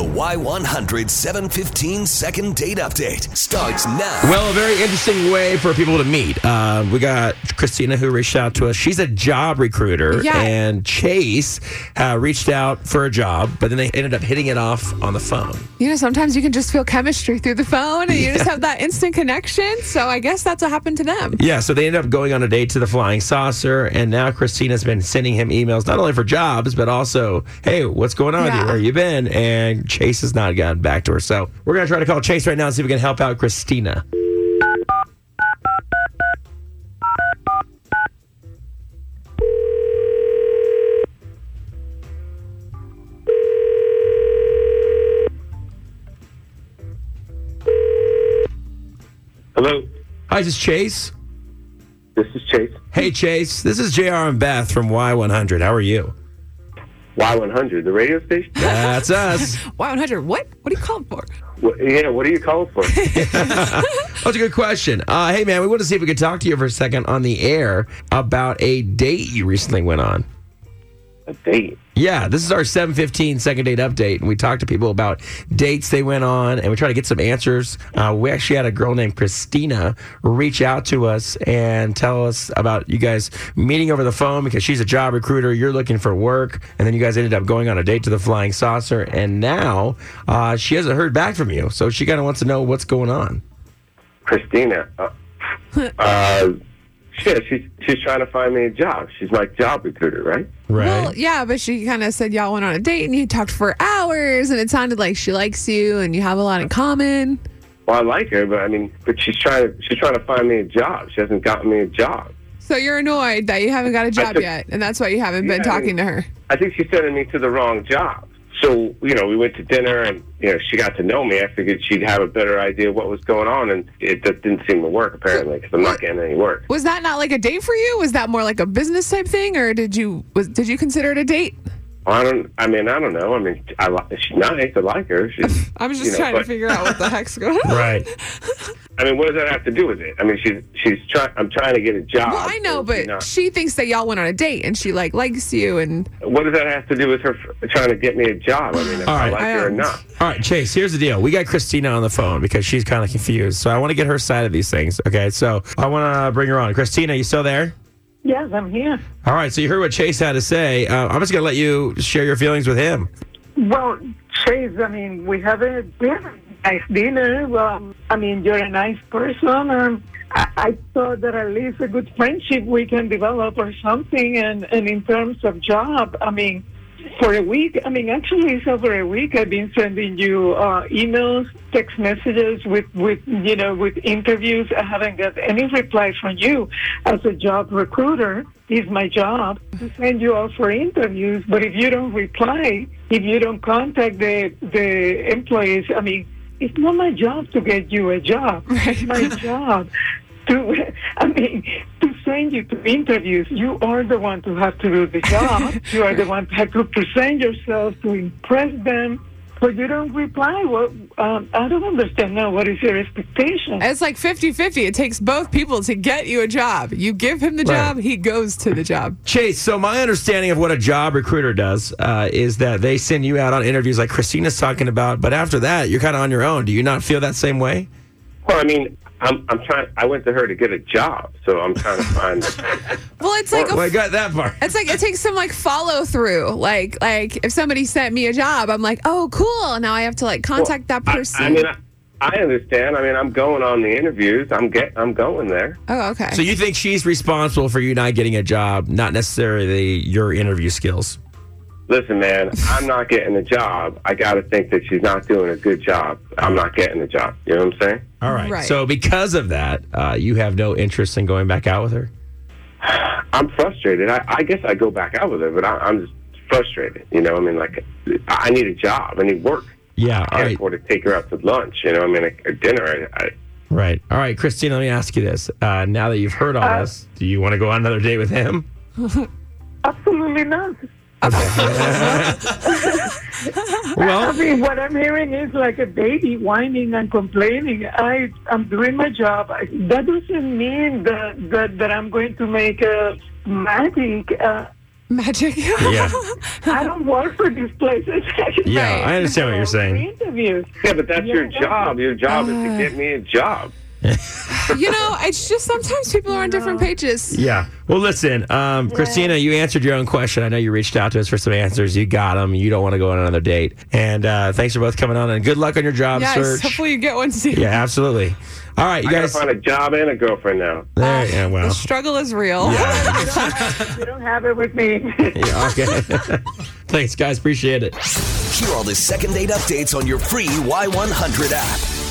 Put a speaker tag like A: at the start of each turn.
A: Y100 715 second date update starts now.
B: Well, a very interesting way for people to meet. Uh, we got Christina who reached out to us. She's a job recruiter,
C: Yeah.
B: and Chase uh, reached out for a job, but then they ended up hitting it off on the phone.
C: You know, sometimes you can just feel chemistry through the phone and you just have that instant connection. So I guess that's what happened to them.
B: Yeah, so they ended up going on a date to the flying saucer, and now Christina's been sending him emails not only for jobs but also, hey, what's going on? with you?
C: Yeah.
B: Where you been? And Chase has not gotten back to her. So we're gonna try to call Chase right now and see if we can help out Christina.
D: Hello,
B: Hi, this is Chase.
D: this is Chase.
B: Hey, Chase. This is Jr. and Beth from Y100. How are you?
D: Y100, the radio station?
B: That's us.
C: Wow, 100. What? What are you calling for?
D: Wha- yeah, what are you calling for?
B: That's a good question. Uh, hey, man, we want to see if we could talk to you for a second on the air about a date you recently went on.
D: a date.
B: Yeah, this is our 715 second date update, and we talk to people about dates they went on, and we try to get some answers. Uh, we actually had a girl named Christina reach out to us and tell us about you guys meeting over the phone because she's a job recruiter, you're looking for work, and then you guys ended up going on a date to the Flying Saucer, and now uh, she hasn't heard back from you, so she kind of wants to know what's going on.
D: Christina. Uh, uh, yeah, she's, she's trying to find me a job. She's my job recruiter, right?
B: Right.
C: Well, yeah, but she kind of said y'all went on a date and you talked for hours and it sounded like she likes you and you have a lot in common.
D: Well, I like her, but I mean, but she's trying to she's trying to find me a job. She hasn't gotten me a job.
C: So you're annoyed that you haven't got a job
D: took-
C: yet and that's why you haven't been
D: Yeah, I
C: talking
D: mean-
C: to her.
D: I think she's sending me to the wrong job. So you know, we went to dinner, and you know, she got to know me. I figured she'd have a better idea of what was going on, and it that didn't seem to work apparently because I'm not getting any work.
C: Was that not like a date for you? Was that more like a business type thing or did you was did you consider it a date?
D: I don't. I mean, I don't know. I mean, I li- she's nice. I like her. She's,
C: I'm just
D: you know,
C: trying
D: but-
C: to figure out what the heck's going on.
B: Right.
D: I mean, what does that have to do with it? I mean, she's she's trying. I'm trying to get a job.
C: Well, I know,
D: and
C: but
D: she's not-
C: she thinks that y'all went on a date and she like likes you and
D: what does that have to do with her f- trying to get me a job? I mean, if
B: All
D: I
B: right.
D: like her or
C: I-
D: not.
B: All right, Chase, here's the deal. We got Christina on the phone because she's kind of confused. So I want to get her side of these things. Okay, so I want to bring her on. Christina, you still there?
E: Yes, I'm here.
B: All right, so you heard what Chase had to say. Uh, I'm just going to let you share your feelings with him.
E: Well, Chase, I mean, we have a, we have a nice dinner. Well, I mean, you're a nice person. Um, I, I thought that at least a good friendship we can develop or something. And, and in terms of job, I mean, for a week, I mean, actually, it's over a week. I've been sending you uh, emails, text messages with, with, you know, with interviews. I haven't got any reply from you. As a job recruiter, it's my job to send you out for interviews. But if you don't reply, if you don't contact the, the employees, I mean, it's not my job to get you a job. It's my job to, I mean, to send you to interviews. You are the one to have to do the job. you are the one to have to present yourself to impress them. But you don't reply. Well, um, I don't understand now. What is your expectation?
C: it's like 50-50. It takes both people to get you a job. You give him the
B: Right.
C: job, he goes to the job.
B: Chase, so my understanding of what a job recruiter does uh, is that they send you out on interviews like Christina's talking about, but after that, you're kind of on your own. Do you not feel that same way?
D: Well, I mean, I'm I'm trying. I went to her to get a job, so I'm trying to find.
C: Well, it's like
B: Well, I
C: a,
B: got that part.
C: it's like it takes some like follow through. Like like if somebody sent me a job, I'm like, "Oh, cool. Now I have to like contact that
D: I-
C: person."
D: I, mean, I, I understand. I mean, I'm going on the interviews. I'm get. I'm going there.
C: oh, okay.
B: So you think she's responsible for you not getting a job, not necessarily your interview skills?
D: Listen, man, I'm not getting a job. I got to think that she's not doing a good job. I'm not getting a job. You know what I'm saying?
B: All right.
C: Right.
B: So because of that, uh, you have no interest in going back out with her.
D: I'm frustrated. I, I guess I go back out with her, but I, I'm just frustrated. You know, I mean, like, I I need a job. I need work.
B: Yeah.
D: I
B: All
D: can't
B: right.
D: afford to take her out to lunch. You know, I mean, a, a dinner. I, I,
B: Right. All right, Christina. Let me ask you this. Uh, now that you've heard all this, do you want to go on another date with him?
E: Absolutely not. I
B: Well,
E: mean, what I'm hearing is like a baby whining and complaining. I, I'm doing my job. I, that doesn't mean that, that, that I'm going to make a magic. Uh,
C: Magic.
B: Yeah.
E: I don't work for these places.
B: Yeah,
C: Right.
B: I understand what you're saying.
E: Interviews.
D: Yeah, but that's
E: Yeah,
D: your
E: that's-
D: job. Your job is
B: Ah.
D: to get me a job.
C: you know, it's just sometimes people are on different pages.
B: Yeah. Well, listen, um, Christina, you answered your own question. I know you reached out to us for some answers. You got them. You don't want to go on another date. And uh, thanks for both coming on. And good luck on your job
C: Yes.
B: search.
C: Hopefully you get one soon.
B: yeah, absolutely. All right, you
D: I gotta
B: guys.
D: find a job and a girlfriend now.
B: There, yeah,
C: The
B: well.
C: struggle is real.
E: You don't have it with me.
B: Yeah, okay. thanks, guys. Appreciate it.
A: Hear all the second date updates on your free Y100 app.